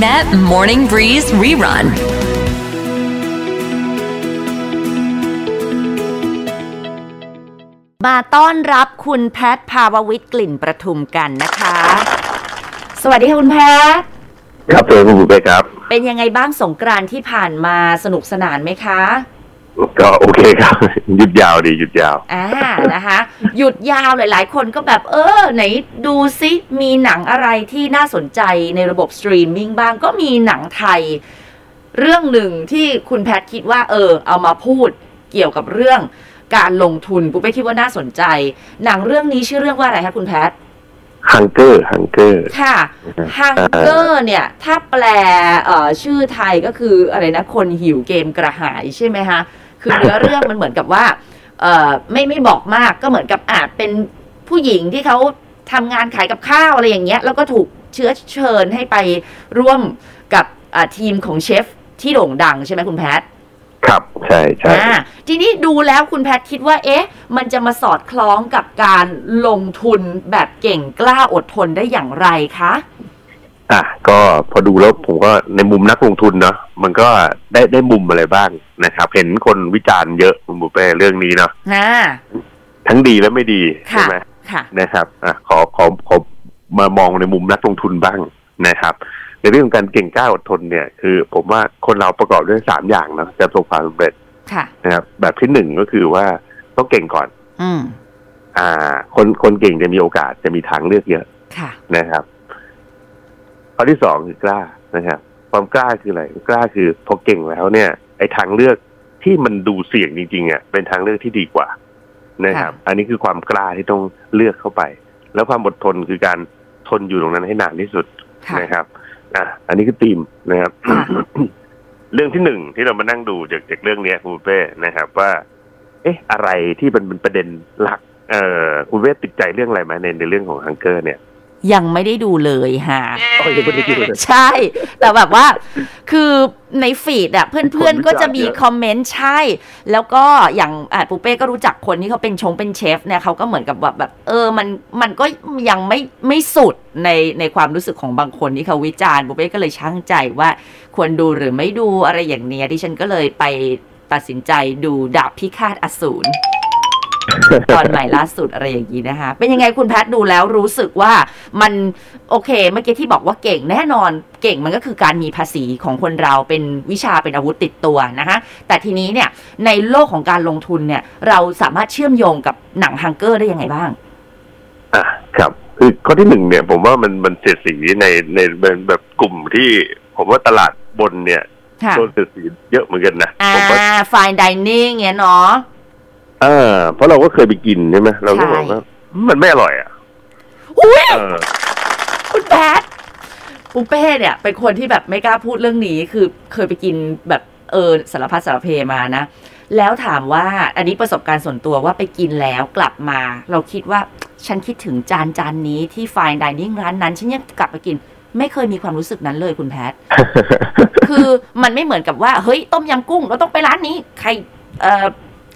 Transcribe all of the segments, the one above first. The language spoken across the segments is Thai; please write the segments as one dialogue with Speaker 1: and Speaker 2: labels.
Speaker 1: Met Morning Breeze Rerun.
Speaker 2: มาต้อนรับคุณแพทย์ภาววิทย์กลิ่นประทุมกันนะคะ สวัสดีค่ะคุณแพทย์
Speaker 3: ครับเจอคุณบุ๊คครับ
Speaker 2: เป็นยังไงบ้างสงกรานต์ที่ผ่านมาสนุกสนานไหมคะ
Speaker 3: ก็โอเคครับ หยุดยาวดีหยุดยาว
Speaker 2: อ่านะคะ หยุดยาวหลาย ๆ คนก็แบบเออ ไหนดูซิมีหนังอะไรที่น่าสนใจในระบบสตรีมมิ่งบ้างก็มีหนังไทย เรื่องหนึ่งที่คุณแพทย์คิดว่า เออ เอามาพูดเกี่ยวกับเรื่องการลงทุนปุ๊บไปคิดว่าน่าสนใจ หนังเรื่องนี้ชื่อเรื่องว่าอะไรคะคุณแพทย์
Speaker 3: ฮังเกอร์ ฮังเกอร์
Speaker 2: ค่ะฮังเกอร์เนี่ย ถ้าแปลเอ่อชื่อไทยก็คืออะไรนะ คนหิวเกมกระหายใช่ไหมคะคือเนื้อเรื่องมันเหมือนกับว่าเอ่อไม่ไม่บอกมากก็เหมือนกับอาจเป็นผู้หญิงที่เขาทำงานขายกับข้าวอะไรอย่างเงี้ย แล้วก็ถูกเชื้อเชิญให้ไปร่วมกับอ่าทีมของเชฟที่โด่งดังใช่ไหมคุณแพท
Speaker 3: ครับ ใช่ใช่
Speaker 2: อ่าทีนี้ดูแล้วคุณแพทย์คิดว่า เอ๊ะ มันจะมาสอดคล้องกับการลงทุนแบบเก่งกล้าอดทนได้อย่างไรคะ
Speaker 3: อ่ะ ก็พอดูแล้วผมก็ในมุมนักลงทุนเนาะ มันก็ได้ได้มุมอะไรบ้างนะครับ เห็นคนวิจารณ์เยอะคุณบุ๊คเรื่องนี้เนาะ
Speaker 2: นะ
Speaker 3: ทั้งดีและไม่ดีใช่
Speaker 2: ค่ะ
Speaker 3: ไหม
Speaker 2: ค่ะ
Speaker 3: นะครับอ่ะขอขอขอมามองในมุมนักลงทุนบ้างนะครับ ในเรื่องของการเก่งกล้าอดทนเนี่ย คือ ผมว่าคนเราประกอบด้วยสามอย่างเนาะจะประสบความสำเร็จ
Speaker 2: ค่ะ
Speaker 3: นะครับ แบบที่หนึ่งก็คือว่าต้องเก่งก่อน
Speaker 2: อืม
Speaker 3: อ่า คนคนเก่งจะมีโอกาสจะมีทางเลือกเยอะ
Speaker 2: ค่ะ
Speaker 3: นะครับข้อที่สองคือกล้านะครับความกล้าคืออะไรกล้าคือพอเก่งแล้วเนี่ย ไอ้ทางเลือกที่มันดูเสี่ยงจริงๆอ่ะเป็นทางเลือกที่ดีกว่า นะครับ อันนี้คือความกล้าที่ต้องเลือกเข้าไป แล้วความอดทนคือการทนอยู่ตรงนั้นให้นานที่สุด
Speaker 2: ค่ะ
Speaker 3: นะครับอ่ะอันนี้คือธีมนะครับ
Speaker 2: ค่ะ
Speaker 3: เรื่องที่หนึ่งที่เรามานั่งดูจากจากเรื่องเนี้ยคุณเป้นะครับ ว่า เอ๊ะ อะไรที่เป็นเป็นประเด็นหลัก เอ่อคุณเป้ติดใจเรื่องอะไรไหมในในเรื่องของฮังเกอร์เนี่ย
Speaker 2: ยังไม่ได้ดูเลยฮะ
Speaker 3: โอ้ยยังไม่ได้ดูเลย
Speaker 2: ใช่ แต่แบบว่า คือในฟีดอะเพื่อน
Speaker 3: คนรู้
Speaker 2: ๆก็จะมี
Speaker 3: จักเยอะ
Speaker 2: คอมเมนต์ใช่ แล้วก็อย่างอ่ะปูเป้ก็รู้จักคนที่เขาเป็นชงเป็นเชฟเนี่ยเขาก็เหมือนกับแบบแบบ เออมันมันก็ยังไม่ไม่สุดในในความรู้สึกของบางคนที่เขาวิจารณ์ปูเป้ก็เลยช่างใจว่า ควรดูหรือไม่ดูอะไรอย่างเนี้ยที่ฉันก็เลยไปตัดสินใจดูดาบพิฆาตอสูร ตอนใหม่ล่าสุดอะไรอย่างนี้นะคะ เป็นยังไงคุณแพทย์ดูแล้วรู้สึกว่ามันโอเค เมื่อกี้ที่บอกว่าเก่งแน่นอนเก่งมันก็คือการมีภาษีของคนเราเป็นวิชาเป็นอาวุธติดตัวนะคะแต่ทีนี้เนี่ยในโลกของการลงทุนเนี่ย เราสามารถเชื่อมโยงกับหนังฮังเกอร์ได้ยังไงบ้าง
Speaker 3: อ่ะครับ คือข้อที่หนึ่งเนี่ย ผมว่ามันมันเสียดสีในในเป็นแบบกลุ่มที่ ผมว่าตลาดบนเนี่ย
Speaker 2: ค่ะ
Speaker 3: โดนเสียดสีเยอะเหมือนกันนะ
Speaker 2: อ่า
Speaker 3: ผมว่า
Speaker 2: ฟายดิเนิ่งเนี่ยเนาะ
Speaker 3: เออเพราะเราก็เคยไปกินใช่ไหมเราก็
Speaker 2: ใช่
Speaker 3: บอกว่ามันไม่อร่อยอ่ะ
Speaker 2: อุ๊ย
Speaker 3: เออ
Speaker 2: คุณแพทย์ปุ้เป้เนี่ย เป็นคนที่แบบไม่กล้าพูดเรื่องนี้คือเคยไปกินแบบเออสารพัดสารเพมานะ แล้วถามว่าอันนี้ประสบการณ์ส่วนตัวว่าไปกินแล้วกลับมา เราคิดว่าฉันคิดถึงจานจานนี้ที่ fine dining ร้านนั้น ฉันยังกลับไปกิน ไม่เคยมีความรู้สึกนั้นเลยคุณแพทย์ คือมันไม่เหมือนกับว่า เฮ้ย ต้มยำกุ้งเราต้องไปร้านนี้ไข่เอ่อ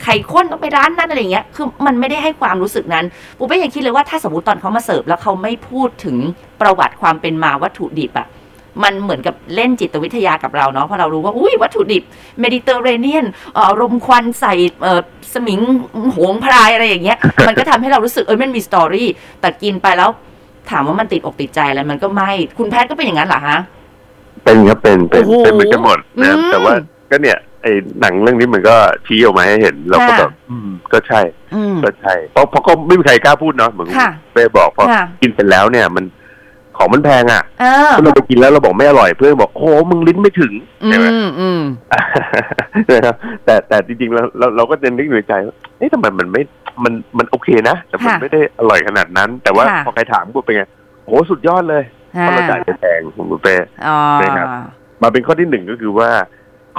Speaker 2: ไข่ข้นต้องไปร้านนั้นอะไรอย่างเงี้ยคือมันไม่ได้ให้ความรู้สึกนั้นปูเป้ยังคิดเลยว่าถ้าสมมติตอนเขามาเสิร์ฟแล้วเขาไม่พูดถึงประวัติความเป็นมาวัตถุดิบอะมันเหมือนกับเล่นจิตวิทยากับเราเนาะเพราะเรารู้ว่าอุ้ยวัตถุดิบเมดิเตอร์เรเนียนเอ่อรมควันใส่เอ่อสมิงโหงพรายอะไรอย่างเงี้ย มันก็ทำให้เรารู้สึกเออมันมีสตอรี่แต่กินไปแล้ว ถามว่ามันติดอกติดใจอะไรมันก็ไม่คุณแพทย์ก็เป็นอย่างนั้นเหรอฮะ
Speaker 3: เป็นครับเป็นเป็น
Speaker 2: โอ้โห
Speaker 3: เป็นเหมือนกันหมดนะครับ
Speaker 2: อืม
Speaker 3: แต่ว่าก็เนี่ยไอ้หนังเรื่องนี้มันก็ชี้ออกมาให้เห็น เราก็
Speaker 2: ค่ะ
Speaker 3: แบบอืมก็ใช่
Speaker 2: อืม
Speaker 3: ก็ใช่เพราะเพราะก็ไม่มีใครกล้าพูดเนาะเหมือน
Speaker 2: ค่ะ
Speaker 3: เป้บอกพอ
Speaker 2: ค่ะ
Speaker 3: กินเสร็จแล้วเนี่ย มันของมันแพงอ่ะ
Speaker 2: เออ
Speaker 3: เราไปกินแล้วเราบอกไม่อร่อยเพื่อนบอกโอ้มึงลิ้นไม่ถึง
Speaker 2: อื
Speaker 3: ใช่ไหม
Speaker 2: มอืม
Speaker 3: นะครับแต่แต่จริงๆแล้วเราเราก็จะนึกอยู่ในใจว่าเอ๊ะทำไมมันไม่มันมันโอเคนะ แต่มัน
Speaker 2: ค่ะ
Speaker 3: ไม่ได้อร่อยขนาดนั้น แต่ว่า
Speaker 2: ค่ะ
Speaker 3: พอใครถามกูเป็นไงโอ้โหสุดยอดเลยเพราะเราจ่ายไปแพงคุณบุฟเป้
Speaker 2: อ๋อ
Speaker 3: มาเป็นข้อที่หนึ่งก็คือว่า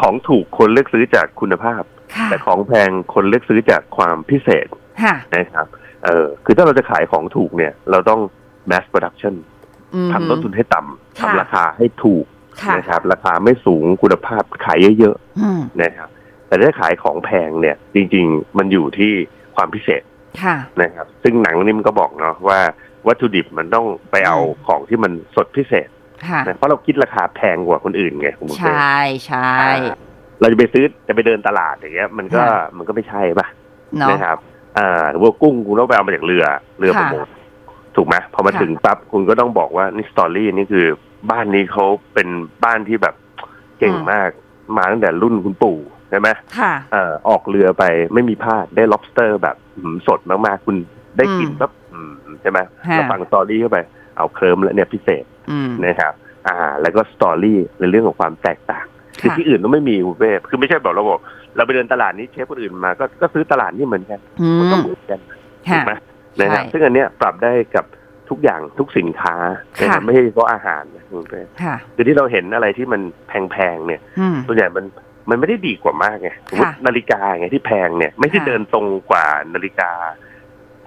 Speaker 3: ของถูกคนเลือกซื้อจากคุณภาพ
Speaker 2: ค่ะ
Speaker 3: แต่ของแพงคนเลือกซื้อจากความพิเศษ
Speaker 2: ค่ะ
Speaker 3: นะครับเออคือถ้าเราจะขายของถูกเนี่ย เราต้อง mass production
Speaker 2: อืม
Speaker 3: ทำต้นทุนให้ต่ำ
Speaker 2: ค่ะ
Speaker 3: ทำราคาให้ถูก
Speaker 2: ค่ะ
Speaker 3: นะครับ ราคาไม่สูงคุณภาพขายเยอะๆ
Speaker 2: อืม
Speaker 3: นะครับแต่ถ้าขายของแพงเนี่ย จริง ๆ มันอยู่ที่ความพิเศษ
Speaker 2: ค่ะ
Speaker 3: นะครับ ซึ่งหนังเรื่องนี้มันก็บอกเนาะว่าวัตถุดิบมันต้องไปเอาของที่มันสดพิเศษ
Speaker 2: ค่ะ
Speaker 3: นะเพราะเราคิดราคาแพงกว่าคนอื่นไงคุณบุ๊ค
Speaker 2: ใช่ใช่
Speaker 3: เราจะไปซื้อจะไปเดินตลาดอย่างเงี้ย มันก็มันก็ไม่ใช่ป่ะ
Speaker 2: เนาะ
Speaker 3: นะครับอ่าหรือว่ากุ้งคุณต้องไปเอามาจากเรือ เรือประมงถูกไหมพอมา
Speaker 2: ค่ะ
Speaker 3: ถึงปั๊บคุณก็ต้องบอกว่านี่สตอรี่นี่คือบ้านนี้เขาเป็นบ้านที่แบบเก่งมาก มาตั้งแต่รุ่นคุณปู่ใช่ไหม
Speaker 2: ค่ะ
Speaker 3: เอ่อออกเรือไปไม่มีพลาดได้ lobster แบบอืมสดมากๆ คุณได้กิน
Speaker 2: อืม
Speaker 3: ปั๊บอืมใช่ไหม
Speaker 2: ค่ะ
Speaker 3: แล้วฟังสตอรี่เข้าไปเอาเคลิมแล้วเนี่ยพิเศษ
Speaker 2: อืม
Speaker 3: นะครับ อ่า แล้วก็สตอรี่ในเรื่องของความแตกต่าง คือ
Speaker 2: ค่ะ
Speaker 3: ที่อื่นต้องไม่มีคุณเป้คือไม่ใช่แบบเราบอกเราไปเดินตลาดนี้เชฟคนอื่นมาก็ก็ซื้อตลาดนี่เหมือนกัน
Speaker 2: อื
Speaker 3: มันก็
Speaker 2: ม
Speaker 3: เหมือนกันถู
Speaker 2: ค่ะ
Speaker 3: กไหมนะครับ
Speaker 2: ใช่
Speaker 3: ซึ่งอันเนี้ยปรับได้กับทุกอย่างทุกสินค้า
Speaker 2: ค่ะ
Speaker 3: นะครับไม่ใช่เฉพาะอาหารนะคุณเป้
Speaker 2: ค่ะ
Speaker 3: คือที่เราเห็นอะไรที่มันแพงๆเนี่ย
Speaker 2: อืม
Speaker 3: ส่วนใหญ่มันมันไม่ได้ดีกว่ามากไงสมมตินาฬิกาไงที่แพงเนี่ยไม่ใช่
Speaker 2: ค่ะ
Speaker 3: เดินตรงกว่านาฬิกา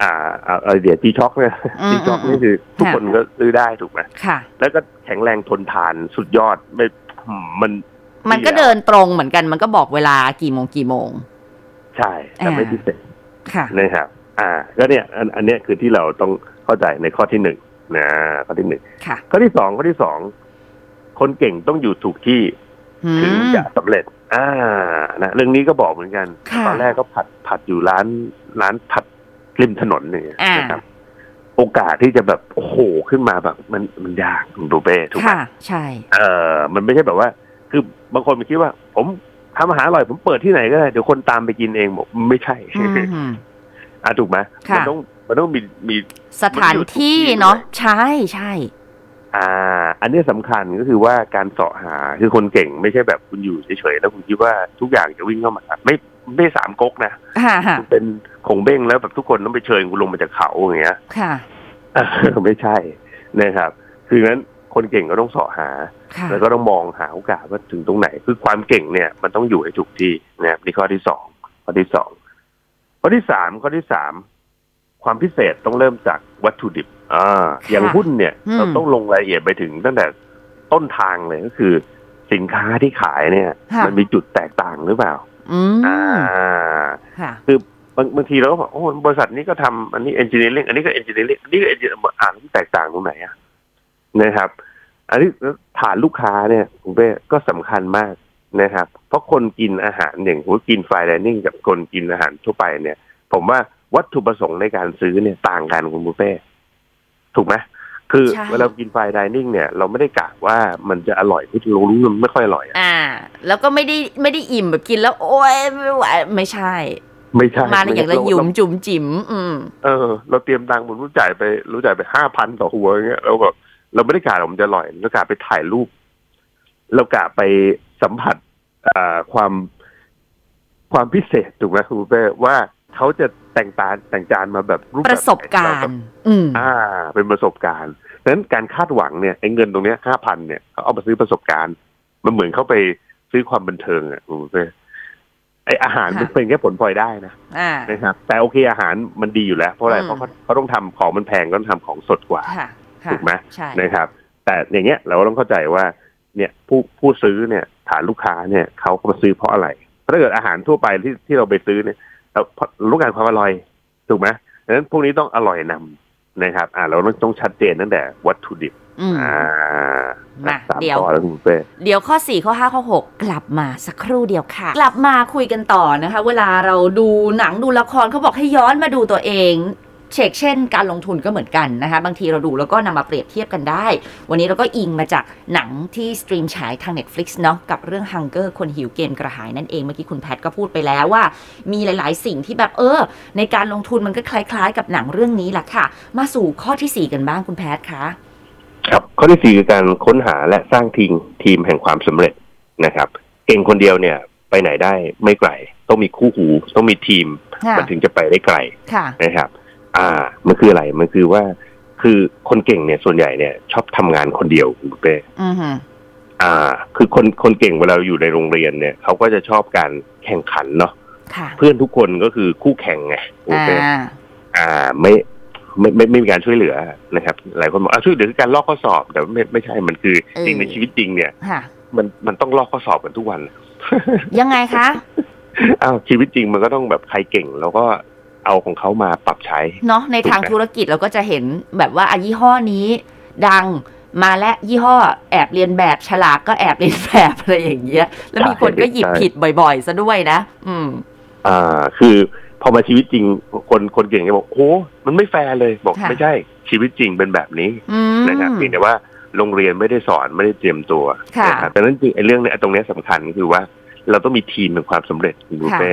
Speaker 3: อ่าเอาเอาเดี๋ยวจีช็อกเนี่ย
Speaker 2: อืม
Speaker 3: จีช็อก
Speaker 2: อืม
Speaker 3: นี่คือทุกคนก็ซื้อได้ถูกไหม
Speaker 2: ค่ะ
Speaker 3: แล้วก็แข็งแรงทนทานสุดยอดไม่อืมมัน
Speaker 2: มันก็เดินตรงเหมือนกันมันก็บอกเวลากี่โมงกี่โมง
Speaker 3: ใช่แต่ไม่
Speaker 2: อ่า
Speaker 3: พิเศษ
Speaker 2: ค่ะ
Speaker 3: นะครับอ่า ก็เนี่ยอันอันเนี้ยคือที่เราต้องเข้าใจในข้อที่หนึ่งนะข้อที่หนึ่ง
Speaker 2: ค่ะ
Speaker 3: ข้อที่สองข้อที่สองคนเก่งต้องอยู่ถูกที่
Speaker 2: อื
Speaker 3: ถึง
Speaker 2: ม
Speaker 3: จะสำเร็จ อ่านะเรื่องนี้ก็บอกเหมือนกัน
Speaker 2: ค่ะ
Speaker 3: ตอนแรกก็ผัดผัดอยู่ร้านร้านผัดริมถนนเนี่ย
Speaker 2: อ่าน
Speaker 3: นะครับ โอกาสที่จะแบบโอ้โหขึ้นมาแบบ มันมันยากคุณโรเบ้ถูกไหม
Speaker 2: ค่ะ ใช่
Speaker 3: เออมันไม่ใช่แบบว่า คือบางคนมันคิดว่า ผมทำอาหารอร่อย ผมเปิดที่ไหนก็ได้เดี๋ยวคนตามไปกินเองบอกไม่ใช่
Speaker 2: อืม
Speaker 3: อ่ะถูกไหม
Speaker 2: ค่ะ
Speaker 3: มัต้องมันต้องมีมี
Speaker 2: สถานที่เนาะใช่ใช่
Speaker 3: อ่า อันนี้สำคัญก็คือว่าการเสาะหาคือคนเก่งไม่ใช่แบบคุณอยู่เฉยๆแล้วคุณคิดว่าทุกอย่างจะวิ่งเข้ามาหาไม่ไม่สามก๊กนะ
Speaker 2: ค่ะ ค่ะ
Speaker 3: คุณเป็นขงเบ้งแล้วแบบทุกคนต้องไปเชิญคุณลงมาจากเขาอย่างเงี้ย
Speaker 2: ค่ะ
Speaker 3: ไม่ใช่นะครับ คืองั้นคนเก่งก็ต้องเสาะหา
Speaker 2: ค่ะ
Speaker 3: แล้วก็ต้องมองหาโอกาสว่าถึงตรงไหน คือความเก่งเนี่ยมันต้องอยู่ให้ถูกที่นะครับนี่ข้อที่สองข้อที่สองข้อที่สามข้อที่สามความพิเศษต้องเริ่มจากวัตถุดิบอ่าอย่างหุ้นเนี่ย
Speaker 2: อืม
Speaker 3: เราต้องลงรายละเอียดไปถึงตั้งแต่ต้นทางเลยก็คือ สินค้าที่ขายเนี่ย มันมีจุดแตกต่างหรือเปล่า
Speaker 2: อื
Speaker 3: อ่าม
Speaker 2: ค่ะ
Speaker 3: บางบางทีเราก็บอกโอ้บริษัทนี้ก็ทำอันนี้เอนจิเนียริงอันนี้ก็เอนจิเนียริงอันนี้ก็เอนจิเนียริงอ่านแตกต่างตรงไหนอะนะครับ อันนี้ฐานลูกค้าเนี่ยผมว่าก็สำคัญมากนะครับ เพราะคนกินอาหารอย่างผมกินไฟไดนิ่งกับคนกินอาหารทั่วไปเนี่ย ผมว่าวัตถุประสงค์ในการซื้อเนี่ยต่างกันคุณบุฟเป้ถูกไหมคือ
Speaker 2: ใช่
Speaker 3: เวลากินไฟไดนิ่งเนี่ย เราไม่ได้กะว่ามันจะอร่อยที่เรารู้มันไม่ค่อยอร่อยอะ
Speaker 2: อ่า แล้วก็ไม่ได้ไม่ได้อิ่มแบบกินแล้ว โอ๊ยไม่ไหวไม่ใช่
Speaker 3: ไม่ใช่
Speaker 2: มาในอย่างละหยุมจุ๋มจิ๋มอืม
Speaker 3: เออเราเตรียมตังค์ผมรู้จ่ายไปรู้จ่ายไปห้าพันต่อหัวอย่างเงี้ยเราก็เราไม่ได้กะผมนจะอร่อยเรากะไปถ่ายรูป เรากะไปสัมผัสอ่าความความพิเศษถูกไหมคุณเป้ว่าเขาจะแต่งตาแต่งจานมาแบบรูป
Speaker 2: ป
Speaker 3: แบบไหน
Speaker 2: ระสบการณ์ อืม
Speaker 3: อ่า เป็นประสบการณ์ดังนั้นการคาดหวังเนี่ยไอ้เงินตรงเนี้ยห้าพันเนี่ยเขาเอามาซื้อประสบการณ์ มันเหมือนเขาไปซื้อความบันเทิงอ่ะคุณเป้ไออาหาร
Speaker 2: ค่ะ
Speaker 3: มันเป็นแค่ผลพลอยได้นะ
Speaker 2: อ่า
Speaker 3: นะครับแต่โอเคอาหารมันดีอยู่แล้ว เพราะอะไร
Speaker 2: อืม
Speaker 3: เพราะเขาเขาต้องทำของมันแพงก็ต้องทำของสดกว่า
Speaker 2: ค่ะ ค่ะ
Speaker 3: ถูกไหม
Speaker 2: ใช่
Speaker 3: นะครับ แต่อย่างเงี้ยเราก็ต้องเข้าใจว่า เนี่ยผู้ผู้ซื้อเนี่ยฐานลูกค้าเนี่ยเขามาซื้อเพราะอะไรเพราะถ้าเกิดอาหารทั่วไปที่ที่เราไปซื้อเนี่ยเราเราต้องการความอร่อยถูกไหมดังนั้นพวกนี้ต้องอร่อยนำนะครับ อ่าเราต้องต้องชัดเจนตั้งแต่วัตถุดิบ
Speaker 2: อืม
Speaker 3: อ่า
Speaker 2: มา
Speaker 3: สาม
Speaker 2: เดี๋ยว
Speaker 3: ข้อแล้วคุณเป้
Speaker 2: เดี๋ยวข้อ 4 ข้อ 5 ข้อ 6 กลับมาสักครู่เดียวค่ะ กลับมาคุยกันต่อนะคะ เวลาเราดูหนังดูละครเขาบอกให้ย้อนมาดูตัวเองเชกเช่น การลงทุนก็เหมือนกันนะคะ บางทีเราดูแล้วก็นำมาเปรียบเทียบกันได้ วันนี้เราก็อิงมาจากหนังที่สตรีมฉายทาง Netflix เนาะกับเรื่อง Hunger คนหิวเกมกระหายนั่นเองเมื่อกี้คุณแพทก็พูดไปแล้วว่า มีหลาย ๆ สิ่งที่แบบเออ ในการลงทุนมันก็คล้ายๆ กับหนังเรื่องนี้แหละค่ะ มาสู่ข้อทีสี่4 กันบ้างคุณแพทคะ
Speaker 3: ครับข้อที่สี่คือการค้นหาและสร้างทีมทีมแห่งความสำเร็จนะครับ เก่งคนเดียวเนี่ย ไปไหนได้ไม่ไกล ต้องมีคู่หูต้องมีทีม
Speaker 2: ค่ะ
Speaker 3: มันถึงจะไปได้ไกล
Speaker 2: ค่ะ
Speaker 3: นะครับ อ่า มันคืออะไร มันคือว่า คือคนเก่งเนี่ย ส่วนใหญ่เนี่ย ชอบทำงานคนเดียวคุณเป้
Speaker 2: อือฮึ
Speaker 3: อ่า คือคน คนเก่งเวลาอยู่ในโรงเรียนเนี่ย เขาก็จะชอบการแข่งขันเนาะ
Speaker 2: ค่ะ
Speaker 3: เพื่อนทุกคนก็คือคู่แข่งไงคุณเป้
Speaker 2: อ่า
Speaker 3: อ่า ไม่ ไม่ไม่ไม่มีการช่วยเหลือนะครับ หลายคนบอกอ่ะช่วยเหลือคือการลอกข้อสอบ แต่ไม่ ไม่ใช่ มันคือ
Speaker 2: เออ
Speaker 3: จริงในชีวิตจริงเนี่ย
Speaker 2: ค่ะ
Speaker 3: มัน มันต้องลอกข้อสอบกันทุกวัน
Speaker 2: ยังไงคะ
Speaker 3: อ้าวชีวิตจริงมันก็ต้องแบบใครเก่ง แล้วก็เอาของเขามาปรับใช้
Speaker 2: เนาะในทางธุรกิจเราก็จะเห็นแบบว่าอะยี่ห้อนี้ ดัง มาและยี่ห้อแอบเรียนแบบฉลากก็แอบเรียนแบบ อะไรอย่างเงี้ย แล้วมีคนก็หยิบผิดบ่อยๆซะด้วยนะอืม
Speaker 3: อ่า คือพอมาชีวิตจริง คนคนเก่งก็บอกโอ้มันไม่แฟร์เลยบอก
Speaker 2: ค่ะ
Speaker 3: ไม่ใช่ชีวิตจริงเป็นแบบนี้
Speaker 2: อืม
Speaker 3: นะครับเพียงแต่ว่าโรงเรียนไม่ได้สอนไม่ได้เตรียมตัว
Speaker 2: ค่ะ
Speaker 3: นะครับดังนั้นจริงไอ้เรื่องเนี้ยตรงเนี้ยสำคัญก็คือว่า เราต้องมีทีมเป็นความสำเร็จคุณบุฟเป้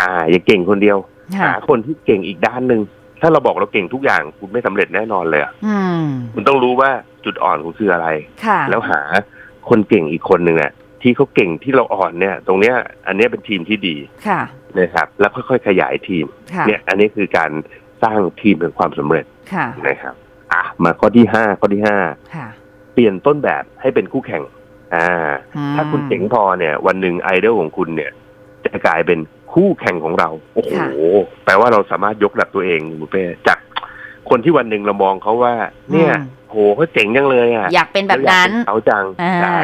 Speaker 3: อ่า อย่าเก่งคนเดียว
Speaker 2: ค่ะ
Speaker 3: หาคนที่เก่งอีกด้านหนึ่งถ้าเราบอกเราเก่งทุกอย่างคุณไม่สำเร็จแน่นอนเลยอะ
Speaker 2: อืม
Speaker 3: คุณต้องรู้ว่าจุดอ่อนคุณคืออะไร
Speaker 2: ค่ะ
Speaker 3: แล้วหาคนเก่งอีกคนหนึ่งอะที่เขาเก่งที่เราอ่อนเนี่ย ตรงเนี้ย อันเนี้ยเป็นทีมที่ดี
Speaker 2: ค่ะ
Speaker 3: นะครับ แล้วค่อยๆขยายทีม
Speaker 2: ค่ะ
Speaker 3: เนี่ย อันนี้คือการสร้างทีมเป็นความสำเร็จ
Speaker 2: ค่ะ
Speaker 3: นะครับอ่ะมาข้อที่ห้าข้อที่ห้า
Speaker 2: ค่ะ
Speaker 3: เปลี่ยนต้นแบบให้เป็นคู่แข่ง อ่า
Speaker 2: อืม
Speaker 3: ถ้าคุณเจ๋งพอเนี่ย วันหนึ่งไอดอลของคุณเนี่ย จะกลายเป็นคู่แข่งของเรา โอ้โห
Speaker 2: ค่ะ
Speaker 3: แปลว่าเราสามารถยกระดับตัวเองคุณเป้จากคนที่วันหนึ่งเรามองเขาว่า เนี่ยโหเขาเจ๋งจังเลยอ่ะ
Speaker 2: อยากเป็นแบบนั้น
Speaker 3: เราอยากเป็นเขาจัง
Speaker 2: อ่า
Speaker 3: ใช่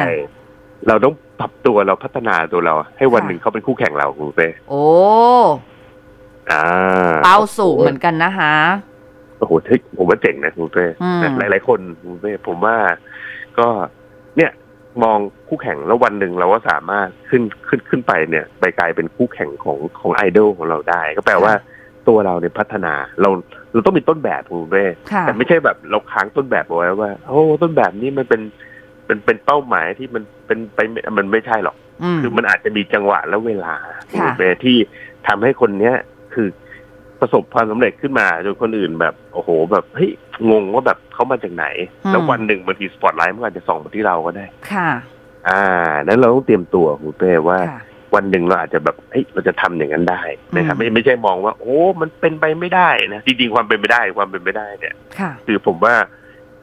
Speaker 3: เราต้องปรับตัวเราพัฒนาตัวเรา ให้วัน
Speaker 2: ค่ะ
Speaker 3: หนึ่งเขาเป็นคู่แข่งเราคุณเป้
Speaker 2: โอ้
Speaker 3: อ่า
Speaker 2: เป้าสูงเหมือนกันนะฮะ
Speaker 3: โอ้โหเฮ้ยผมว่าเจ๋งนะคุณเป้
Speaker 2: อืม
Speaker 3: หลายหลายๆคนคุณเป้ผมว่าก็เนี่ยมองคู่แข่งแล้ววันหนึ่งเราก็สามารถขึ้นขึ้นขึ้นไปเนี่ย ไปกลายเป็นคู่แข่งของของไอดอลของเราได้ ก็แปลว่าตัวเราเนี่ยพัฒนาเราเราต้องมีต้นแบบคุณเป้
Speaker 2: ค่ะ
Speaker 3: แต่ไม่ใช่แบบเราค้างต้นแบบเอาไว้ว่าโอ้ต้นแบบนี้มันเป็นเป็นเป็นเป้าหมายที่มันเป็นไปไม่มันไม่ใช่หรอก
Speaker 2: อืม
Speaker 3: คือมันอาจจะมีจังหวะและเวลา
Speaker 2: ค่ะ
Speaker 3: เวลาที่ทำให้คนเนี้ยคือประสบความสำเร็จขึ้นมาจนคนอื่นแบบ โอ้โห แบบเฮ้ยงงว่าแบบเขามาจากไหน แล้ววันหนึ่งบางทีสปอตไลท์มันอาจจะส่องมาที่เราก็ได้
Speaker 2: ค่ะ
Speaker 3: อ่านั้นเราต้องเตรียมตัวคุณเป้ว่า
Speaker 2: ค่ะ
Speaker 3: วันหนึ่งเราอาจจะแบบเฮ้ยเราจะทำอย่างนั้นได้นะครับ
Speaker 2: อืม
Speaker 3: ไม่ไม่ใช่มองว่า โอ้ มันเป็นไปไม่ได้นะจริงๆความเป็นไปได้ความเป็นไปได้เนี่ย
Speaker 2: ค่ะ
Speaker 3: คือผมว่า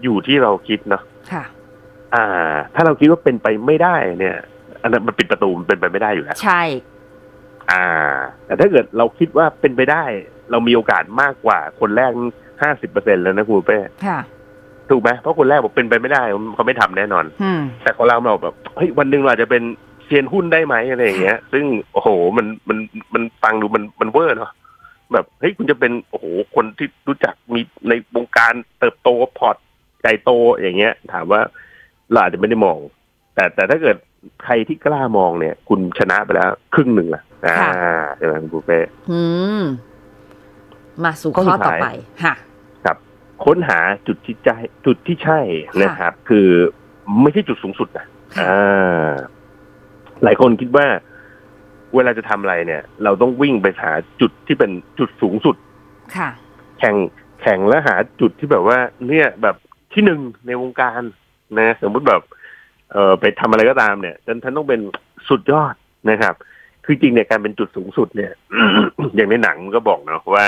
Speaker 3: อยู่ที่เราคิดเนาะ
Speaker 2: ค่ะ
Speaker 3: อ่า ถ้าเราคิดว่าเป็นไปไม่ได้เนี่ย อันนั้นมันปิดประตูมันเป็นไปไม่ได้อยู่แล้ว
Speaker 2: ใช่
Speaker 3: อ่า แต่ถ้าเกิดเราคิดว่าเป็นไปได้ เรามีโอกาสมากกว่าคนแรกห้าสิบเปอร์เซ็นแล้วนะครูเป้
Speaker 2: ค่ะ
Speaker 3: ถูกไหมเพราะคนแรกบอกเป็นไปไม่ได้เขาไม่ทำแน่นอน
Speaker 2: อืม
Speaker 3: แต่ของเราเราแบบเฮ้ยวันหนึ่งเราอาจจะเป็นเซียนหุ้นได้ไหมอะไรอย่างเงี้ย ซึ่งโอ้โหมันมันมันฟังดูมันมันเวอร์เนาะแบบเฮ้ยคุณจะเป็นโอ้โหคนที่รู้จักมีในวงการเติบโตพอร์ตใหญ่โตอย่างเงี้ย ถามว่าเราอาจจะไม่ได้มอง แต่แต่ถ้าเกิดใครที่กล้ามองเนี่ย คุณชนะไปแล้วครึ่งหนึ่งละอ่า
Speaker 2: ค่ะ
Speaker 3: ใช่ไหมคุณปูเป้
Speaker 2: อืม มาสู่
Speaker 3: ข้อ
Speaker 2: ข้อ
Speaker 3: สุด
Speaker 2: ต่อ
Speaker 3: ท้าย
Speaker 2: ไป ค่ะ
Speaker 3: ค้นหาจุดที่ใช่จุดที่ใช่นะครับ คือไม่ใช่จุดสูงสุดนะ
Speaker 2: ค่ะ
Speaker 3: อ่าหลายคนคิดว่า เวลาจะทำอะไรเนี่ย เราต้องวิ่งไปหาจุดที่เป็นจุดสูงสุด
Speaker 2: ค่ะ
Speaker 3: แข่งแข่งแล้วหาจุดที่แบบว่า เนี่ยแบบที่หนึ่งในวงการนะสมมุติแบบ เออไปทำอะไรก็ตามเนี่ยจนท่านต้องเป็นสุดยอดนะครับ คือจริงเนี่ยการเป็นจุดสูงสุดเนี่ย อย่างในหนังมันก็บอกเนาะว่า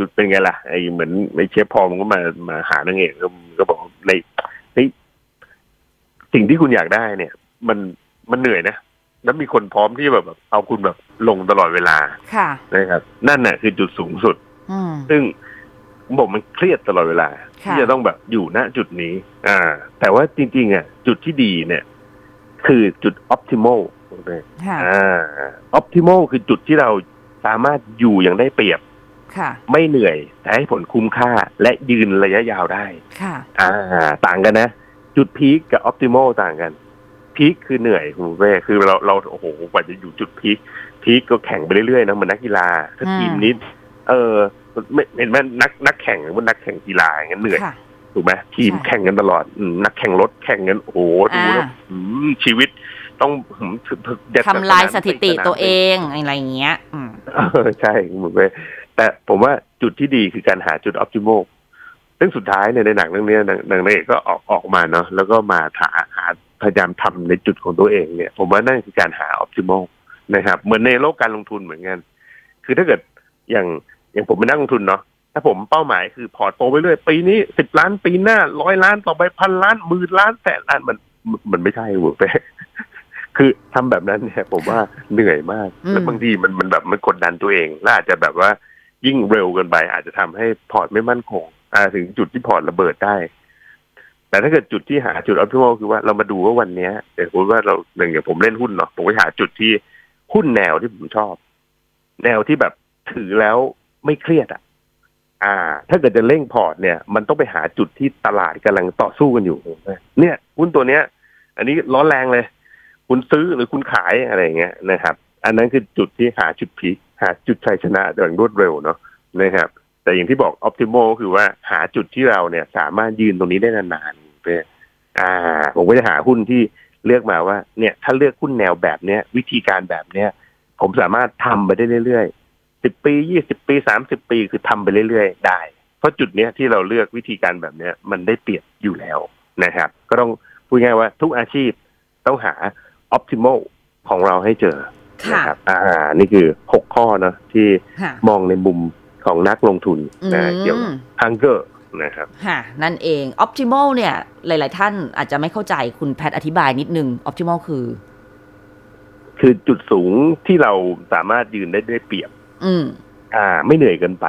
Speaker 3: จุดเป็นไงล่ะไอเหมือนไอเชฟพอลมันก็มามาหานางเอกก็ก็บอกในเฮ้ยสิ่งที่คุณอยากได้เนี่ย มันมันเหนื่อยนะแล้วมีคนพร้อมที่แบบเอาคุณแบบลงตลอดเวลา
Speaker 2: ค่ะ
Speaker 3: นะครับ นั่นน่ะคือจุดสูงสุด
Speaker 2: อืม
Speaker 3: ซึ่งผมบอกมันเครียดตลอดเวลา
Speaker 2: ค่ะ
Speaker 3: ที่จะต้องแบบอยู่ณจุดนี้ อ่า แต่ว่าจริง ๆ อ่ะ จุดที่ดีเนี่ย คือจุด optimal เลย
Speaker 2: ค่ะ
Speaker 3: อ่า optimal คือจุดที่เราสามารถอยู่อย่างได้เปรียบ
Speaker 2: ค่ะ
Speaker 3: ไม่เหนื่อย แต่ให้ผลคุ้มค่าและยืนระยะยาวได้
Speaker 2: ค่ะ
Speaker 3: อ่า ต่างกันนะ จุดพีคกับ optimal ต่างกัน พีคคือเหนื่อยคุณเว้ยคือเราเราโอ้โหกว่าจะอยู่จุดพีคพีคก็แข่งไปเรื่อยๆนะเหมือนนักกีฬาถ้า
Speaker 2: อืม
Speaker 3: ทีมนี้เออไม่เห็นไหมนักนักแข่งว่านักแข่งกีฬาอย่างนั้นเหนื่อย
Speaker 2: ค่ะ
Speaker 3: ถูกไหมทีม
Speaker 2: ใช่
Speaker 3: แข่งกันตลอดอืมนักแข่งรถแข่งกันโอ้โหดูแล้ว
Speaker 2: อ่า
Speaker 3: อืมชีวิตต้องอืมถึกถึกจะ
Speaker 2: ทำลายสถิติ
Speaker 3: นาม
Speaker 2: ตัวเองอะไรอย่างเงี้ย อืม
Speaker 3: เออ ใช่คุณเว้ยแต่ผมว่าจุดที่ดีคือการหาจุด optimal ซึ่งสุดท้ายเนี่ยในหนังเรื่องเนี้ยนางนางเอกก็ออกออกมาเนาะแล้วก็มาหาหาพยายามทำในจุดของตัวเองเนี่ย ผมว่านั่นคือการหาออพติมอลนะครับ เหมือนในโลกการลงทุนเหมือนกัน คือถ้าเกิดอย่างอย่างผมเป็นนักลงทุนเนาะถ้าผมเป้าหมายคือพอร์ตโตไปเรื่อยปีนี้สิบล้านปีหน้าร้อยล้านต่อไปพันล้านหมื่นล้านแสนล้านมันมันมันไม่ใช่หรอกเป้ คือทำแบบนั้นเนี่ยผมว่าเหนื่อยมาก
Speaker 2: อืม
Speaker 3: แล้วบางทีมันมันแบบมันกดดันตัวเองและอาจจะแบบว่า ยิ่งเร็วเกินไปอาจจะทำให้พอร์ตไม่มั่นคงอ่าถึงจุดที่พอร์ตระเบิดได้ แต่ถ้าเกิดจุดที่หาจุดออพติมอลคือว่าเรามาดูว่าวันเนี้ยแต่ผมติว่าเราหนึ่งอย่างผมเล่นหุ้นเนาะผมก็หาจุดที่หุ้นแนวที่ผมชอบ แนวที่แบบถือแล้วไม่เครียดอ่ะ อ่า ถ้าเกิดจะเร่งพอร์ตเนี่ย มันต้องไปหาจุดที่ตลาดกำลังต่อสู้กันอยู่ เนี่ยหุ้นตัวเนี้ย อันนี้ร้อนแรงเลย คุณซื้อหรือคุณขายอะไรอย่างเงี้ยนะครับ อันนั้นคือจุดที่หาจุดพีคหาจุดชัยชนะอย่างรวดเร็วเนาะนะครับ แต่อย่างที่บอกออ t ติ a l ก็คือว่าหาจุดที่เราเนี่ย สามารถยืนตรงนี้ได้นานๆไปอ่า ผมก็จะหาหุ้นที่เลือกมาว่า เนี่ย ถ้าเลือกหุ้นแนวแบบเนี้ย วิธีการแบบเนี้ย ผมสามารถทำไปได้เรื่อยๆสิบปียี่สิบปีสามสิบปีคือทำไปเรื่อยๆ ได้ เพราะจุดเนี้ยที่เราเลือกวิธีการแบบเนี้ย มันได้เปรียบอยู่แล้วนะครับ ก็ต้องพูดง่ายว่าทุกอาชีพต้องหาออ t ติ a l ของเราให้เจอ
Speaker 2: ค่ะ
Speaker 3: นะครับ อ่า นี่คือหกข้อเนอะที่
Speaker 2: ค่ะ
Speaker 3: มองในมุมของนักลงทุน
Speaker 2: อื
Speaker 3: นะเกี่ยวกับ
Speaker 2: ม
Speaker 3: ฮังเกอร์นะครับ
Speaker 2: ค่ะ นั่นเอง optimal เนี่ย หลาย ๆ ท่านอาจจะไม่เข้าใจคุณแพทย์อธิบายนิดนึง optimal คือ
Speaker 3: คือจุดสูงที่เราสามารถยืนได้ได้เปรียบ
Speaker 2: อืม
Speaker 3: อ่า ไม่เหนื่อยเกินไป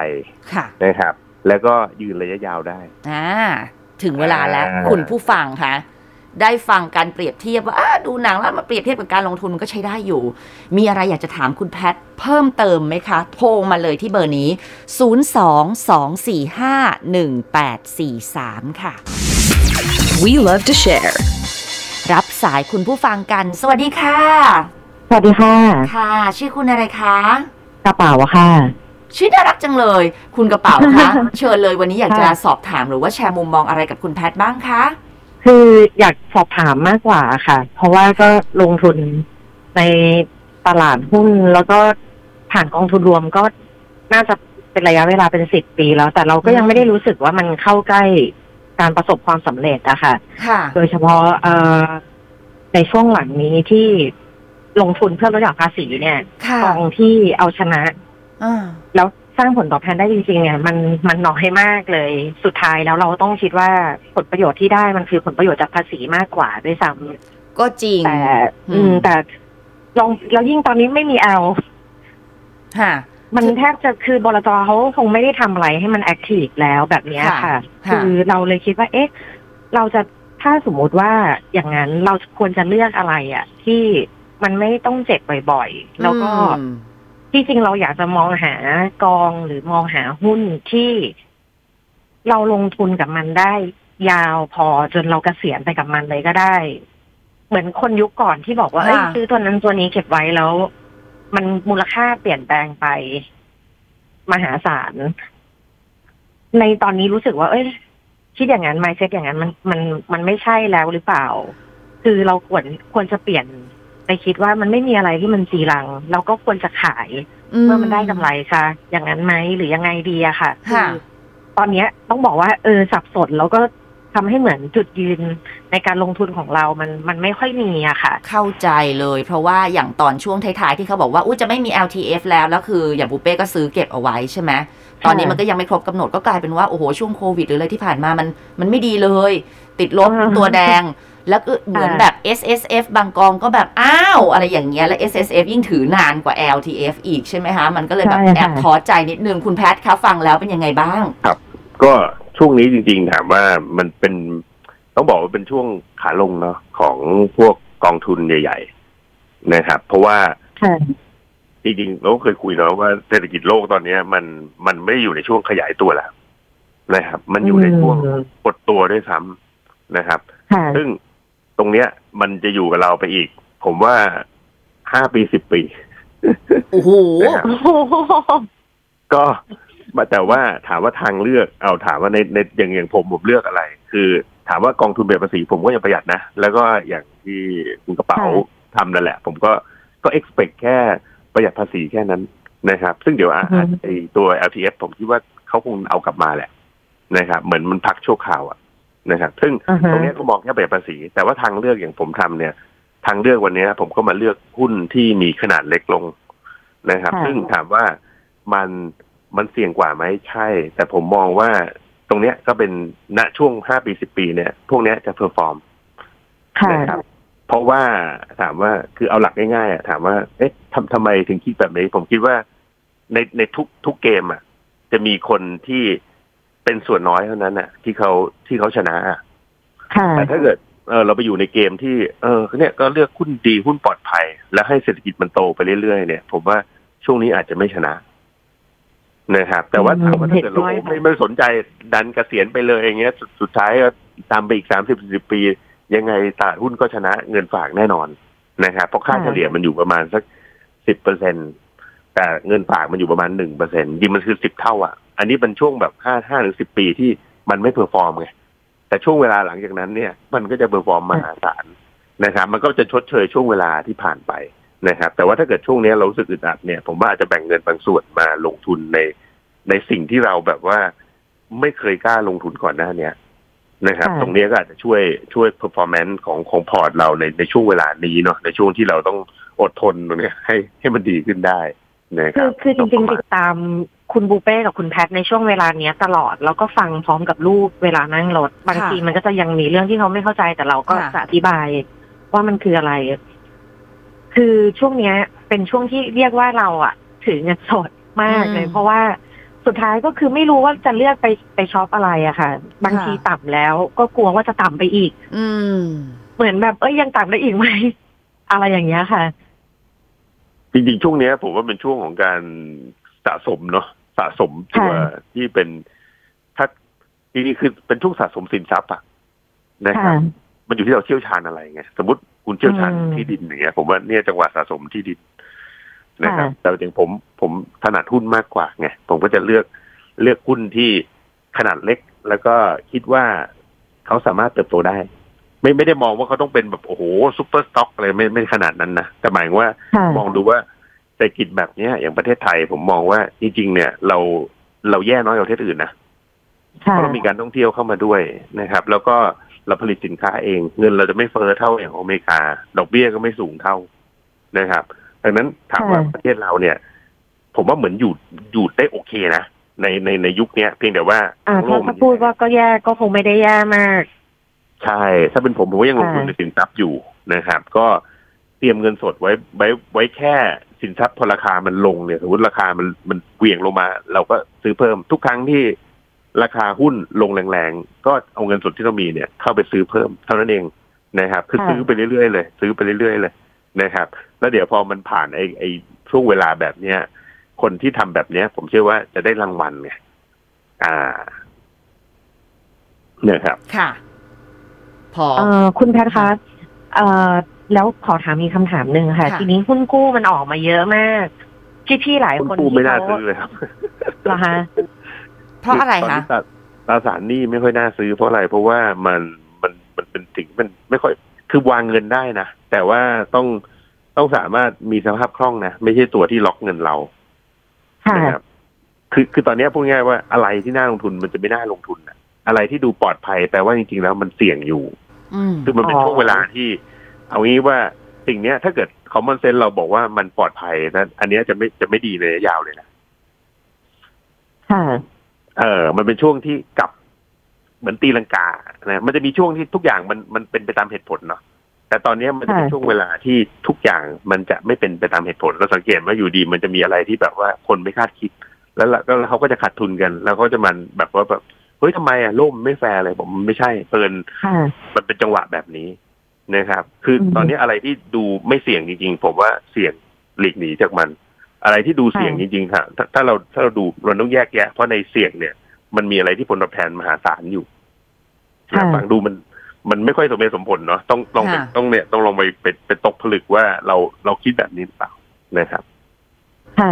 Speaker 2: ค่ะ
Speaker 3: นะครับ แล้วก็ยืนระยะยาวได้
Speaker 2: อ่า ถึงเวลาแล้ว
Speaker 3: อ่า
Speaker 2: คุณผู้ฟังคะ ได้ฟังการเปรียบเทียบว่าอ่าดูหนังแล้วมาเปรียบเทียบกับการลงทุนมันก็ใช้ได้อยู่ มีอะไรอยากจะถามคุณแพทย์เพิ่มเติมไหมคะ โทรมาเลยที่เบอร์นี้ 022451843 ค่ะ
Speaker 1: We love to share.
Speaker 2: รับสายคุณผู้ฟังกัน สวัสดีค่ะ
Speaker 4: สวัสดีค่ะ
Speaker 2: ค่ะ ชื่อคุณอะไรคะ
Speaker 4: กระเป๋าค่ะ
Speaker 2: ชื่อน่ารักจังเลย คุณกระเป๋าคะ เชิญเลยวันนี้อยากจะ
Speaker 4: ค่ะ
Speaker 2: สอบถามหรือว่าแชร์มุมมองอะไรกับคุณแพทย์บ้างคะ
Speaker 4: คืออยากสอบถามมากกว่าค่ะ เพราะว่าก็ลงทุนในตลาดหุ้น แล้วก็ผ่านกองทุนรวมก็น่าจะเป็นระยะเวลาเป็นสิบปีแล้ว แต่เราก็
Speaker 2: อื
Speaker 4: ยัง
Speaker 2: ม
Speaker 4: ไม่ได้รู้สึกว่ามันเข้าใกล้การประสบความสำเร็จอะค่ะ
Speaker 2: ค่ะ
Speaker 4: โดยเฉพาะเอ่อในช่วงหลังนี้ที่ลงทุนเพื่อลดหย่อนภาษีเนี่ย
Speaker 2: ค่ะ
Speaker 4: กองที่เอาชนะ
Speaker 2: อ่า
Speaker 4: แล้วสร้างผลตอบแทนได้จริงๆเนี่ยมันมันน้อยมากเลยสุดท้ายแล้วเราต้องคิดว่าผลประโยชน์ที่ได้มันคือผลประโยชน์จากภาษีมากกว่าด้วยซ้
Speaker 2: ก็จริง
Speaker 4: ำแต่
Speaker 2: อืม
Speaker 4: อืม แต่ลองแล้วยิ่งตอนนี้ไม่มีแอล
Speaker 2: ค่ะ
Speaker 4: มันแทบจะคือบลจเขาคงไม่ได้ทำอะไรให้มันแอคทีฟแล้วแบบเนี้ย
Speaker 2: ค่ะ
Speaker 4: ค่ะ
Speaker 2: ค่ะ
Speaker 4: คือเราเลยคิดว่า เอ๊ะ เราจะถ้าสมมุติว่าอย่างนั้นเราควรจะเลือกอะไรอะที่มันไม่ต้องเจ็บบ่อยๆ แล้วก็
Speaker 2: อืม
Speaker 4: ที่จริงเราอยากจะมองหากองหรือมองหาหุ้นที่เราลงทุนกับมันได้ ยาวพอจนเราเกษียณไปกับมันเลยก็ได้ เหมือนคนยุคก่อนที่บอกว่า
Speaker 2: ค่ะ
Speaker 4: เอ้ยซื้อตัวนั้นตัวนี้เก็บไว้แล้ว มันมูลค่าเปลี่ยนแปลงไป มหาศาลในตอนนี้รู้สึกว่า เอ้ยคิดอย่างนั้น mindset อย่างนั้นมันมันมันไม่ใช่แล้วหรือเปล่า คือเราควรควรจะเปลี่ยนไปคิดว่ามันไม่มีอะไรที่มันจีรัง เราก็ควรจะขาย เมื่อมันได้กำไรค่ะ อย่างนั้นไหมหรือยังไงดีอะค่ะ
Speaker 2: ค่ะ
Speaker 4: อตอนเนี้ยต้องบอกว่าเออสับสนแล้วก็ทำให้เหมือนจุดยืนในการลงทุนของเรามันมันไม่ค่อยมีอะค่ะ
Speaker 2: เข้าใจเลย เพราะว่าอย่างตอนช่วงท้ายๆที่เขาบอกว่าอู้จะไม่มี LTF แล้ว แล้วคือ อย่างบุเป้ก็ซื้อเก็บเอาไว้ใช่ไหมตอนนี้มันก็ยังไม่ครบกำหนดก็กลายเป็นว่า โอ้โห ช่วงโควิดหรืออะไรที่ผ่านมามันมันไม่ดีเลย ติดลบ
Speaker 4: อ่าฮะ
Speaker 2: ตัวแดง แล้วก็เหมือน
Speaker 4: อ่า
Speaker 2: แบบ S S F บางกองก็แบบ อ้าว อะไรอย่างเงี้ยแล้ว S S F ยิ่งถือนานกว่า L T F อีกใช่ไหมคะมันก็เลยแบบ
Speaker 4: ใช่ค่ะ
Speaker 2: แอบท้อใจนิดนึงคุณแพทคะฟังแล้วเป็นยังไงบ้าง
Speaker 3: ก็ช่วงนี้จริงๆถามว่ามันเป็นต้องบอกว่าเป็นช่วงขาลงเนาะของพวกกองทุนใหญ่ ๆ นะครับ เพราะว่า
Speaker 4: ค่ะ
Speaker 3: จริงๆเราก็เคยคุยเนาะว่าเศรษฐกิจโลกตอนเนี้ย มันมันไม่ได้อยู่ในช่วงขยายตัวแล้วนะครับ มันอยู่ในช่วง
Speaker 4: อืม
Speaker 3: กดตัวด้วยซ้ำนะครับ
Speaker 4: ค่ะ
Speaker 3: ซึ่งตรงเนี้ย มันจะอยู่กับเราไปอีก ผมว่าห้าปีสิบปี
Speaker 2: โอ้โห
Speaker 3: นะครับ ก็ แต่ว่าถามว่าทางเลือกเอาถามว่าในในอย่างอย่างผมผมเลือกอะไร คือ ถามว่ากองทุนเบียดภาษีผมก็ยังประหยัดนะ แล้วก็อย่างที่คุณกระเป๋า
Speaker 4: ค่ะ
Speaker 3: ทำนั่นแหละ ผมก็ก็ expect แค่ประหยัดภาษีแค่นั้นนะครับ ซึ่งเดี๋ยวอ่ะไอตัว LTF ผมคิดว่าเขาคงเอากลับมาแหละนะครับ เหมือนมันพักชั่วคราวอะนะครับ ซึ่ง
Speaker 4: อือฮะ
Speaker 3: ตรงเนี้ยก็มองแค่ประหยัดภาษี แต่ว่าทางเลือกอย่างผมทำเนี่ย ทางเลือกวันเนี้ย ผมก็มาเลือกหุ้นที่มีขนาดเล็กลงนะครับ
Speaker 4: ค่ะ
Speaker 3: ซึ่งถามว่ามันมันเสี่ยงกว่าไหมใช่ แต่ผมมองว่าตรงเนี้ยก็เป็นณช่วงห้าปีสิบปีเนี่ย พวกเนี้ยจะเพอร์ฟอร์ม
Speaker 4: ค่ะ
Speaker 3: นะครับ เพราะว่าถามว่าคือเอาหลักง่ายๆอะถามว่า เอ๊ะทำทำไมถึงคิดแบบนี้ ผมคิดว่าในในทุกทุกเกมอ่ะ จะมีคนที่เป็นส่วนน้อยเท่านั้นอ่ะ ที่เขาที่เขาชนะอะ
Speaker 4: ค่ะ
Speaker 3: แต่ถ้าเกิดเออเราไปอยู่ในเกมที่ เออเนี่ยก็เลือกหุ้นดีหุ้นปลอดภัย แล้วให้เศรษฐกิจมันโตไปเรื่อยๆเนี่ย ผมว่าช่วงนี้อาจจะไม่ชนะนะครับ แต่ว่า
Speaker 4: อืม
Speaker 3: ถามว่าถ้าเกิดเรา
Speaker 4: เห็นด้วยค่ะ
Speaker 3: ไม่ไม่สนใจดันเกษียณไปเลยอย่างเงี้ยสุดสุดท้ายก็ตามไปอีกสามสิบสิบปี ยังไงตลาดหุ้นก็ชนะเงินฝากแน่นอนนะครับเพราะค่า
Speaker 4: ค่ะ
Speaker 3: เฉลี่ยมันอยู่ประมาณสักสิบเปอร์เซ็นแต่เงินฝากมันอยู่ประมาณหนึ่งเปอร์เซ็นจริงมันคือสิบเท่าอ่ะ อันนี้เป็นช่วงแบบห้าห้าหรือสิบปีที่มันไม่เพอร์ฟอร์มไงแต่ช่วงเวลาหลังจากนั้นเนี่ย มันก็จะเพอร์ฟอร์มมหาศาลนะครับ มันก็จะชดเชยช่วงเวลาที่ผ่านไปนะครับ แต่ว่าถ้าเกิดช่วงเนี้ยเรารู้สึกอึดอัดเนี่ยผมว่าอาจจะแบ่งเงินบางส่วนมาลงทุนใน ในสิ่งที่เราแบบว่าไม่เคยกล้าลงทุนก่อนหน้าเนี้ยนะครับ
Speaker 4: ค่ะ
Speaker 3: ตรงเนี้ยก็อาจจะช่วยช่วย performance ของของพอร์ตเราในในช่วงเวลานี้เนาะในช่วงที่เราต้องอดทนตรงเนี้ยให้ให้มันดีขึ้นได้นะค
Speaker 4: คื
Speaker 3: รั
Speaker 4: อบ คือจริง ๆ
Speaker 3: ปะมาณ
Speaker 4: ติดตามคุณบูเป้กับคุณแพทในช่วงเวลาเนี้ยตลอด แล้วก็ฟังพร้อมกับลูกเวลานั่งรถบางทีมันก็จะยังมีเรื่องที่เขาไม่เข้าใจแต่เราก็
Speaker 2: ค่ะ
Speaker 4: จะอธิบายว่ามันคืออะไร คือช่วงเนี้ย เป็นช่วงที่เรียกว่าเราอะถือเงินสดมากเลย
Speaker 2: อืม
Speaker 4: เพราะว่าสุดท้ายก็คือไม่รู้ว่าจะเลือกไปไปช็อปอะไรอะค่ะ บาง
Speaker 2: ค่ะ
Speaker 4: ทีต่ำแล้วก็กลัวว่าจะต่ำไปอีก
Speaker 2: อืม
Speaker 4: เหมือนแบบเอ้ยยังต่ำได้อีกไหม อะไรอย่างเงี้ยค่ะ
Speaker 3: จริงๆ ช่วงเนี้ยผมว่าเป็นช่วงของการสะสมเนาะสะสมตัว
Speaker 4: ค่ะ
Speaker 3: ที่เป็นถ้าจริงๆคือเป็นช่วงสะสมสินทรัพย์อะนะครับ มันอยู่ที่เราเชี่ยวชาญอะไรไงสมมติคุณเชี่ยวชาญ
Speaker 4: อืม
Speaker 3: ที่ดินอย่างเงี้ยผมว่าเนี่ยจังหวะสะสมที่ดินนะครับ
Speaker 4: ค่ะ
Speaker 3: แต่จริงๆผมผมถนัดหุ้นมากกว่าไงผมก็จะเลือกเลือกหุ้นที่ขนาดเล็ก แล้วก็คิดว่าเขาสามารถเติบโตได้ ไม่ไม่ได้มองว่าเขาต้องเป็นแบบโอ้โหซุปเปอร์สต็อกอะไรไม่ไม่ขนาดนั้นนะแต่หมายถึงว่า
Speaker 4: ค่ะ
Speaker 3: มองดูว่าเศรษฐกิจแบบเนี้ย อย่างประเทศไทยผมมองว่าจริงๆเนี่ยเราเราแย่น้อยกว่าประเทศอื่นนะ
Speaker 4: ค่ะ
Speaker 3: เพราะเรามีการท่องเที่ยวเข้ามาด้วยนะครับ แล้วก็เราผลิตสินค้าเอง เงินเราจะไม่เฟ้อเท่าอย่างอเมริกา ดอกเบี้ยก็ไม่สูงเท่านะครับ ดังนั้นถามว่า
Speaker 4: ค่ะ
Speaker 3: ประเทศเราเนี่ย ผมว่าเหมือนอยู่อยู่ได้โอเคนะในในในยุคเนี้ย เพียงแต่ว่า
Speaker 4: อ่า
Speaker 3: โล
Speaker 4: ถ้าก
Speaker 3: มั
Speaker 4: ถ้าพูดว่าก็แย่ก็คงไม่ได้แย่มาก
Speaker 3: ใช่ ถ้าเป็นผมผมก็ยังลงทุน
Speaker 4: ค่ะ
Speaker 3: ในสินทรัพย์อยู่นะครับ ก็เตรียมเงินสดไว้ไว้ไว้แค่สินทรัพย์พอราคามันลงเนี่ยสมมติราคามันมันเหวี่ยงลงมา เราก็ซื้อเพิ่มทุกครั้งที่ ราคาหุ้นลงแรงๆ ก็เอาเงินสดที่เรามีเนี่ย เข้าไปซื้อเพิ่มเท่านั้นเองนะครับ คือ
Speaker 4: ค่ะ
Speaker 3: ซื้อไปเรื่อยๆเลย ซื้อไปเรื่อยๆเลยนะครับ แล้วเดี๋ยวพอมันผ่านไอ้ไอ้ช่วงเวลาแบบเนี้ย คนที่ทำแบบเนี้ย ผมเชื่อว่าจะได้รางวัลไงอ่า เนี่ยครับ
Speaker 2: ค่ะ พอ
Speaker 4: เอ่อคุณแพทย์คะเอ่อแล้วขอถามมีกคำถามหนึ่งค่ะ
Speaker 2: ค่ะ
Speaker 4: ทีนี้หุ้นกู้มันออกมาเยอะมากพี่พี่ๆหลาย
Speaker 3: คุณ
Speaker 4: คน
Speaker 3: ปู
Speaker 4: ที่
Speaker 3: ไม่น่า
Speaker 4: เขา
Speaker 3: ซื้อเลยครับ
Speaker 4: เหรอคะ
Speaker 2: เพราะอะไรคะ
Speaker 3: ตนนี้ตราสารหนี้ไม่ค่อยน่าซื้อเพราะอะไรเพราะว่ามันมันมันเป็นสิ่งมันไม่ค่อยคือวางเงินได้นะ แต่ว่าต้องต้องสามารถมีสภาพคล่องนะไม่ใช่ตัวที่ล็อกเงินเรา
Speaker 4: ค่ะ
Speaker 3: นะครับคือคือตอนเนี้ยพูดง่ายว่าอะไรที่น่าลงทุนมันจะไม่น่าลงทุนอะอะไรที่ดูปลอดภัยแปลว่าจริงๆแล้วมันเสี่ยงอยู่
Speaker 2: อืม
Speaker 3: คือมันเป็น
Speaker 4: อ๋อ
Speaker 3: ช่วงเวลาที่ เอางี้ว่าสิ่งเนี้ย ถ้าเกิดคอมมอนเซนเราบอกว่ามันปลอดภัยนะอันเนี้ยจะไม่จะไม่ดีในระยะยาวเลยนะ
Speaker 4: ค่ะ
Speaker 3: เออ มันเป็นช่วงที่กลับเหมือนตีลังกา นะ มันจะมีช่วงที่ทุกอย่างมันมันเป็นไปตามเหตุผลเนาะ แต่ตอนเนี้ยมันจะเป็น
Speaker 4: ค่ะ
Speaker 3: ช่วงเวลาที่ทุกอย่างมันจะไม่เป็นไปตามเหตุผล เราสังเกตว่าอยู่ดีมันจะมีอะไรที่แบบว่าคนไม่คาดคิด แล้วละแล้วเขาก็จะขาดทุนกัน แล้วเขาจะมันแบบว่าแบบเฮ้ยทำไมอะโลกมนไม่แฟร์เลยผมมันไม่ใช่เปิน
Speaker 4: ค่ะ
Speaker 3: มันเป็นจังหวะแบบนี้นะครับ คืออ
Speaker 4: ม
Speaker 3: ตอนนี้อะไรที่ดูไม่เสี่ยงจริงๆ ผมว่าเสี่ยงหลีกหนีจากมัน อะไรที่ดูเสี่ยงจ
Speaker 4: ค่ะ
Speaker 3: ริงๆค่ะถ้าถ้าเราถ้าเราดูเราต้องแยกแยะ เพราะในเสี่ยงเนี่ย มันมีอะไรที่ผลตอบแทนมหาศาลอยู่นะฟังดูมันมันไม่ค่อยสมเหตุสมผลเนาะต้องต้องเป็น
Speaker 2: ค่ะ
Speaker 3: ต้องเนี่ยต้องลองไปไปไปตกผลึกว่าเราเราคิดแบบนี้หรือเปล่านะครับ
Speaker 4: ค่ะ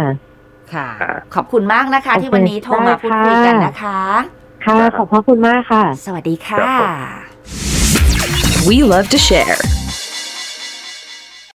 Speaker 2: ค่ะ
Speaker 3: อ่า
Speaker 2: ขอบคุณมากนะคะ
Speaker 4: โอเค
Speaker 2: ที่วันนี้โทรมาพูดคุย
Speaker 4: ได้ค่ะ
Speaker 2: กันนะคะ
Speaker 4: ค่ะ ขอบพระคุณมากค่ะ
Speaker 2: สวัสดีค่
Speaker 3: ครับผ
Speaker 2: ะ
Speaker 1: We love to share.